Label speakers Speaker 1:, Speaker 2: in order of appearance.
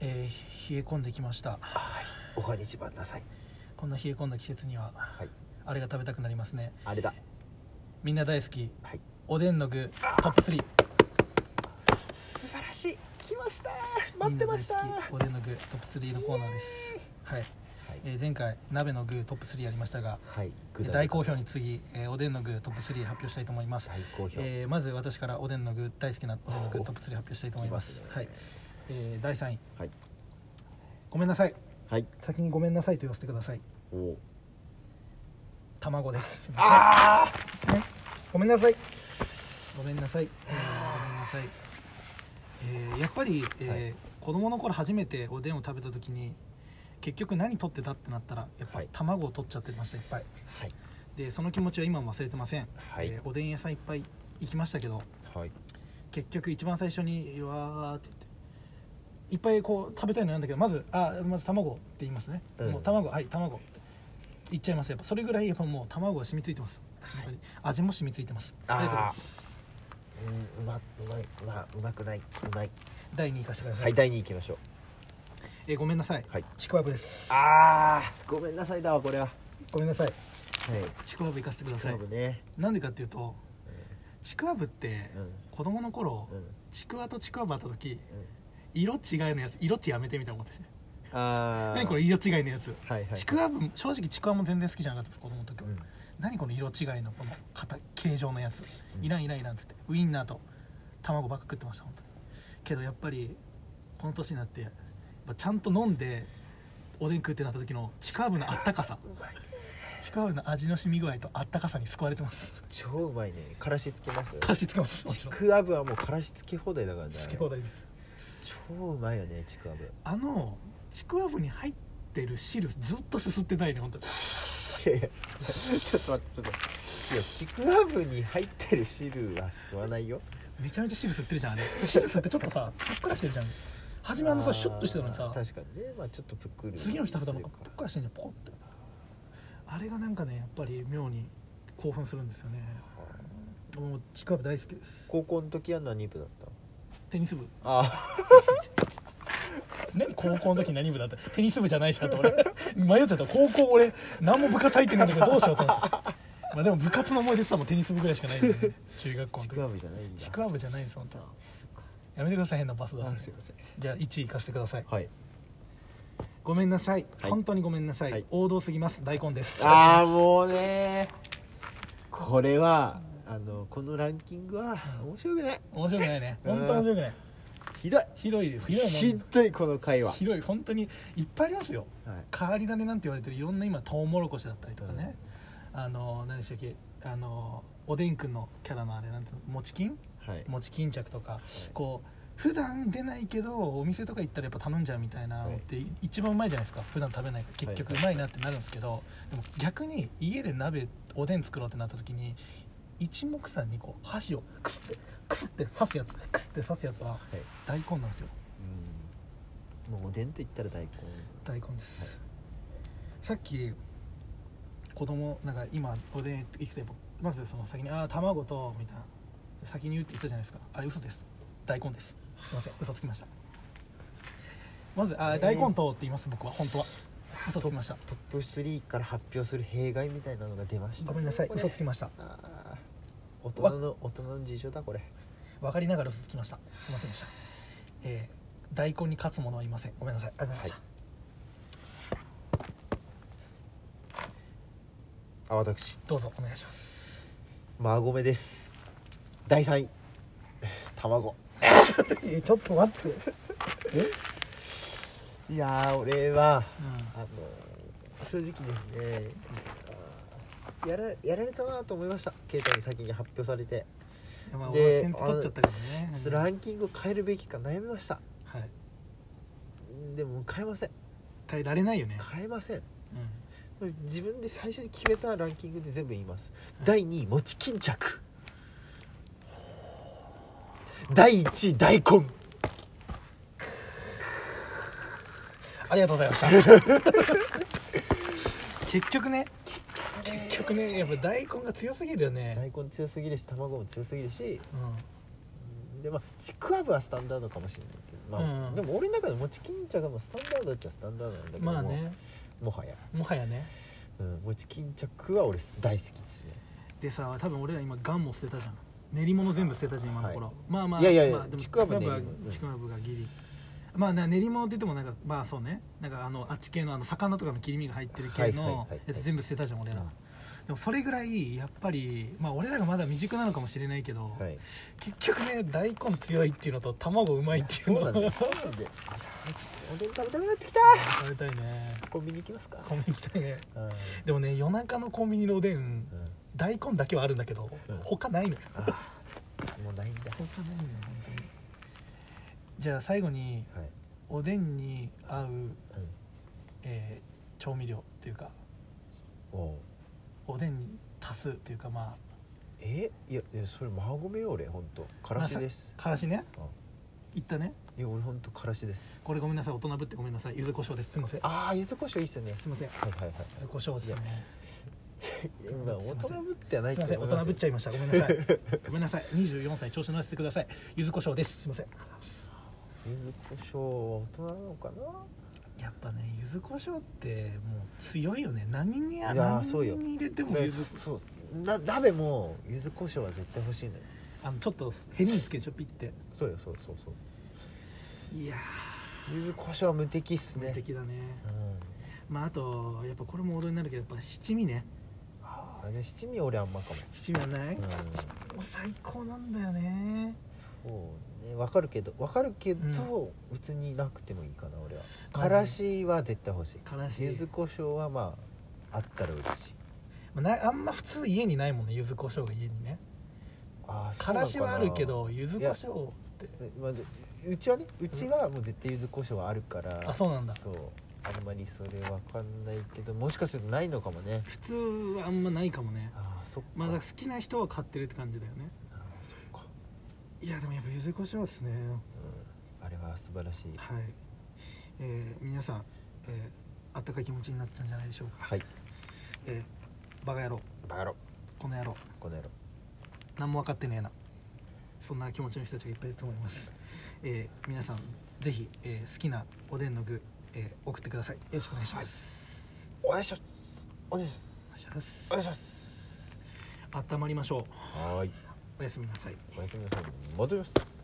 Speaker 1: えー冷え込んできました
Speaker 2: はいおはにちばんなさい
Speaker 1: こんな冷え込んだ季節には
Speaker 2: はい
Speaker 1: あれが食べたくなりますね
Speaker 2: あれだ
Speaker 1: みんな大好き
Speaker 2: はい
Speaker 1: おでんの具トップ3
Speaker 2: 素晴らしい来ました
Speaker 1: みんな大好きおでんの具トップ3のコーナーですはい、えー前回鍋の具トップ3やりましたが
Speaker 2: はい
Speaker 1: えー大好評に次、えーおでんの具トップ3発表したいと思います
Speaker 2: 大好評
Speaker 1: えーまず私からおでんの具大好きなおでんの具トップ3発表したいと思います
Speaker 2: 来ます
Speaker 1: は
Speaker 2: ね
Speaker 1: い、えー第3位
Speaker 2: はい
Speaker 1: ごめんなさい
Speaker 2: はい
Speaker 1: 先にごめんなさいと言わせてください
Speaker 2: おお
Speaker 1: 卵です
Speaker 2: あ
Speaker 1: ねごめんなさいごめんなさい、えーごめんなさい、えーやっぱり、えー
Speaker 2: はい
Speaker 1: 子供の頃初めておでんを食べた時に結局何取ってたってなったらやっぱ
Speaker 2: はい
Speaker 1: り卵を取っちゃってましたいっぱい
Speaker 2: はい
Speaker 1: でその気持ちは今も忘れてません、
Speaker 2: はい
Speaker 1: えーおでん屋さんいっぱい行きましたけど
Speaker 2: はい
Speaker 1: 結局一番最初にうわーって言っていっぱいこう食べたいのなんだけどまずあまず卵って言いますね、
Speaker 2: うん
Speaker 1: もう卵はい卵いっちゃいますやっぱそれぐらいやっぱもう卵が染みついてます、本当に味も染みついてますありがとうございます
Speaker 2: すうんうまうまいうまうまくないうまい
Speaker 1: 第2位いかしてください、
Speaker 2: はい第二位行きましょう
Speaker 1: えーごめんなさい、
Speaker 2: はい
Speaker 1: ちくわぶです
Speaker 2: ああごめんなさいだわこれはは
Speaker 1: ごめんなさい
Speaker 2: い
Speaker 1: ちくわぶいかせてください
Speaker 2: ぶね
Speaker 1: なんでかっていうとちくわぶって
Speaker 2: うん
Speaker 1: 子供の頃、
Speaker 2: うん
Speaker 1: ちくわとちくわぶあった時色違いのやつ色値やめてみたいな思ってて
Speaker 2: ああ
Speaker 1: 何これ色違いのやつ
Speaker 2: はいはい
Speaker 1: ちくわぶ正直ちくわも全然好きじゃなかったです子供の時は、
Speaker 2: うん
Speaker 1: 何この色違いのこの型形状のやついらんいらんいらんっつってウインナーと卵ばっか食ってました本当にけどやっぱりこの年になってやっぱちゃんと飲んでおでん食うってなった時のちくわぶのあったかさちくわぶの味の染み具合とあったかさに救われてます
Speaker 2: 超うまいねからしつけます
Speaker 1: からしつけますもち
Speaker 2: ち
Speaker 1: ろん
Speaker 2: くわぶはもうからしつけ放題だからね
Speaker 1: つけ放題です
Speaker 2: 超うまいよねちくわぶ
Speaker 1: あのちくわぶに入ってる汁ずっとすすってないね本当に
Speaker 2: いやいやちょっと待ってちょっといやちくわぶに入ってる汁は吸わないよ
Speaker 1: めちゃめちゃ汁吸ってるじゃ んあれ汁吸ってちょっとさふっくらしてるじゃん初めあのさシュッとしてたのにさ
Speaker 2: あー確かにねまあちょっとぷっくり
Speaker 1: 次の日食べたのが
Speaker 2: か
Speaker 1: ぷっくらしてんじゃんポコってあれがなんかねやっぱり妙に興奮するんですよねもうちくわぶ大好きです
Speaker 2: 高校の時は何部だった
Speaker 1: テニス部
Speaker 2: あ
Speaker 1: 何高校の時何部だったテニス部じゃないじゃんって俺 迷っちゃった高校俺何も部活入ってないんだけどどうしようと思って まあでも部活の思い出ってさもうテニス部ぐらいしかない んで、ね、中学校
Speaker 2: あ
Speaker 1: の
Speaker 2: ち
Speaker 1: 時
Speaker 2: くわぶじゃないんだ
Speaker 1: ちくわぶじゃないです本当
Speaker 2: あ
Speaker 1: やめてください変なパス
Speaker 2: そ
Speaker 1: 出
Speaker 2: うかあ
Speaker 1: す
Speaker 2: すい
Speaker 1: の
Speaker 2: ません
Speaker 1: じゃあ1位いかせてください
Speaker 2: はい
Speaker 1: ごめんなさい、
Speaker 2: はい
Speaker 1: 本当にごめんなさい、
Speaker 2: はい
Speaker 1: 王道すぎます大根です
Speaker 2: ああ
Speaker 1: りがとうございます
Speaker 2: もうねこれはあのこのランキングは
Speaker 1: うん
Speaker 2: 面白くない
Speaker 1: 面白くないね本当面白くない
Speaker 2: ひどい
Speaker 1: ひどいですひどいもん
Speaker 2: ひどいこの会話
Speaker 1: ひどい本当にいっぱいありますよ
Speaker 2: はい
Speaker 1: 変わり種なんて言われてるいろんな今トウモロコシだったりとかね、あの何でしたっけあのおでんくんのキャラのあれなんつうのもち金
Speaker 2: はい
Speaker 1: もち巾着とか、こう普段出ないけどお店とか行ったらやっぱ頼んじゃうみたいなのって、一番うまいじゃないですか普段食べないから結局
Speaker 2: は
Speaker 1: う
Speaker 2: い
Speaker 1: まいなってなるんですけど、でも逆に家で鍋おでん作ろうってなった時に一目散にこう箸をクスってクスって刺すやつクスって刺すやつは大根なんですよ
Speaker 2: うんもうおでんと言ったら大根
Speaker 1: 大根です、さっき子供なんか今おでん行くとやっぱまずその先に「ああ卵と」みたいな先に言うって言ったじゃないですかあれ嘘です大根ですすいません嘘つきましたまず「あー
Speaker 2: えー
Speaker 1: 大根と」って言います僕は本当は嘘つきました
Speaker 2: トップ3から発表する弊害みたいなのが出ました
Speaker 1: ごめんなさい
Speaker 2: これ
Speaker 1: 嘘つきました
Speaker 2: あー大人の大人の事情だこれ
Speaker 1: 分かりながら嘘つきましたすいませんでしたえー大根に勝つ者はいませんごめんなさいありがとうございました、
Speaker 2: あ私
Speaker 1: どうぞお願いし ます
Speaker 2: マーゴメです第3位 卵
Speaker 1: ちょっと待ってえ
Speaker 2: いやー俺は
Speaker 1: うん
Speaker 2: あのー正直ですねあーやらやられたなと思いましたケイタに先に発表されて、
Speaker 1: まあ、俺は
Speaker 2: で
Speaker 1: 先手取っちゃったからね
Speaker 2: ちょっとランキングを変えるべきか悩みました
Speaker 1: はい
Speaker 2: でも変えません
Speaker 1: 変えられないよね、
Speaker 2: 変えません
Speaker 1: うん、
Speaker 2: 自分で最初に決めたランキングで全部言います、第2位餅巾着第1位大根
Speaker 1: ありがとうございました 結局ね結局ねやっぱ大根が強すぎるよね、
Speaker 2: 大根強すぎるし卵も強すぎるし
Speaker 1: うん、
Speaker 2: でまあちくわぶはスタンダードかもしれないけどまあ、
Speaker 1: うん
Speaker 2: でも俺の中で餅巾着がもうスタンダードっちゃスタンダードなんだけども、
Speaker 1: まあね
Speaker 2: もはや、
Speaker 1: もはやね
Speaker 2: うん、餅巾着は俺大好きですね
Speaker 1: でさ多分俺ら今ガンも捨てたじゃん練り物全部捨てたじゃん今のところ、
Speaker 2: はい
Speaker 1: まあまあ
Speaker 2: いやいやいや
Speaker 1: まあ、でも
Speaker 2: ちくわぶ
Speaker 1: ちくわぶは
Speaker 2: 練り物うん
Speaker 1: ちくわぶがギリまあな練り物って言ってもなんかまあそうねなんかあのあっち系のあの魚とかの切り身が入ってる系
Speaker 2: はいはいは
Speaker 1: の
Speaker 2: いはい
Speaker 1: やつ全部捨てたじゃん俺ら、
Speaker 2: うん
Speaker 1: でもそれぐらいやっぱりまあ俺らがまだ未熟なのかもしれないけど、
Speaker 2: はい
Speaker 1: 結局ね大根強いっていうのと卵うまいっていう
Speaker 2: そう
Speaker 1: の
Speaker 2: なんだよ
Speaker 1: を
Speaker 2: そうなんだよあーちょっとおでん食べたくなってきた
Speaker 1: 食べたいね
Speaker 2: コンビニ行きますか
Speaker 1: コンビニ行きたいね
Speaker 2: うんうん
Speaker 1: でもね夜中のコンビニのおでん大根だけはあるんだけど、
Speaker 2: うん
Speaker 1: 他ないのよ
Speaker 2: あーもうないんだ
Speaker 1: 他ないのよ本当にじゃあ最後に
Speaker 2: はい、
Speaker 1: おでんに合う、
Speaker 2: うん
Speaker 1: えー調味料っていうか
Speaker 2: おう
Speaker 1: おでんに足すっていうかま
Speaker 2: えいやいやそれマーゴメよ俺本当からしです
Speaker 1: あ、からしね
Speaker 2: うん
Speaker 1: 言ったね
Speaker 2: いや俺本当からしです
Speaker 1: これごめんなさい大人ぶってごめんなさい柚子胡椒ですすいません
Speaker 2: ああ柚子胡椒いいっすよね
Speaker 1: すいません
Speaker 2: はいはいはい
Speaker 1: 柚子胡椒ですね
Speaker 2: いやまあ大人ぶってはない
Speaker 1: すいません大人ぶっちゃいましたごめんなさいごめんなさい24歳調子乗らせてください柚子胡椒ですすいません
Speaker 2: 柚子胡椒は大人なのか
Speaker 1: やっぱね柚子胡椒ってもう強いよね何に
Speaker 2: やー
Speaker 1: 何
Speaker 2: そうよ
Speaker 1: に入れても
Speaker 2: な
Speaker 1: 柚
Speaker 2: そ
Speaker 1: 子
Speaker 2: そうっすな鍋も柚子胡椒は絶対欲しいのよ
Speaker 1: あのちょっとヘリにつけちょピって
Speaker 2: そうよそうそうそう
Speaker 1: いや
Speaker 2: 柚子胡椒は無敵っす
Speaker 1: ー
Speaker 2: ね
Speaker 1: 無敵だね
Speaker 2: うん
Speaker 1: まああとやっぱこれも踊りになるけどやっぱ七味ね
Speaker 2: あーじゃあ七味俺あんまかも
Speaker 1: 七味はない、
Speaker 2: うん
Speaker 1: もう最高なんだよね
Speaker 2: そうねわかるけどわかるけど、別になくてもいいかな俺はからしは絶対欲しい
Speaker 1: からし
Speaker 2: 柚子胡椒はまああったら嬉しい
Speaker 1: まあなあんま普通家にないもんね柚子胡椒が家にね
Speaker 2: あーそ
Speaker 1: か
Speaker 2: うなのな
Speaker 1: らしはあるけど柚子胡椒って
Speaker 2: ねまあでうちはねうちはもう絶対柚子胡椒はあるから
Speaker 1: あそうなんだ
Speaker 2: そうあんまりそれわかんないけどもしかするとないのかもね
Speaker 1: 普通はあんまないかもね
Speaker 2: ああそっか,、
Speaker 1: まあだから好きな人は買ってるって感じだよね
Speaker 2: あーそっか、
Speaker 1: いやでもやっぱ柚子胡椒ですね
Speaker 2: うん、あれは素晴らしい
Speaker 1: はい、えー皆さん、えーあったかい気持ちになったんじゃないでしょうか、
Speaker 2: はい
Speaker 1: えーバカ野郎
Speaker 2: バカ野郎
Speaker 1: この野郎
Speaker 2: この野郎
Speaker 1: 何も分かってねえなそんな気持ちの人たちがいっぱいいると思います、えー皆さんぜひ、えー好きなおでんの具、えー送ってくださいよろしくお願いします、
Speaker 2: お願いしますお願いします
Speaker 1: お願いします
Speaker 2: お願いします
Speaker 1: 温まりましょ
Speaker 2: はーいう
Speaker 1: おやすみなさい
Speaker 2: おやすみなさい戻ります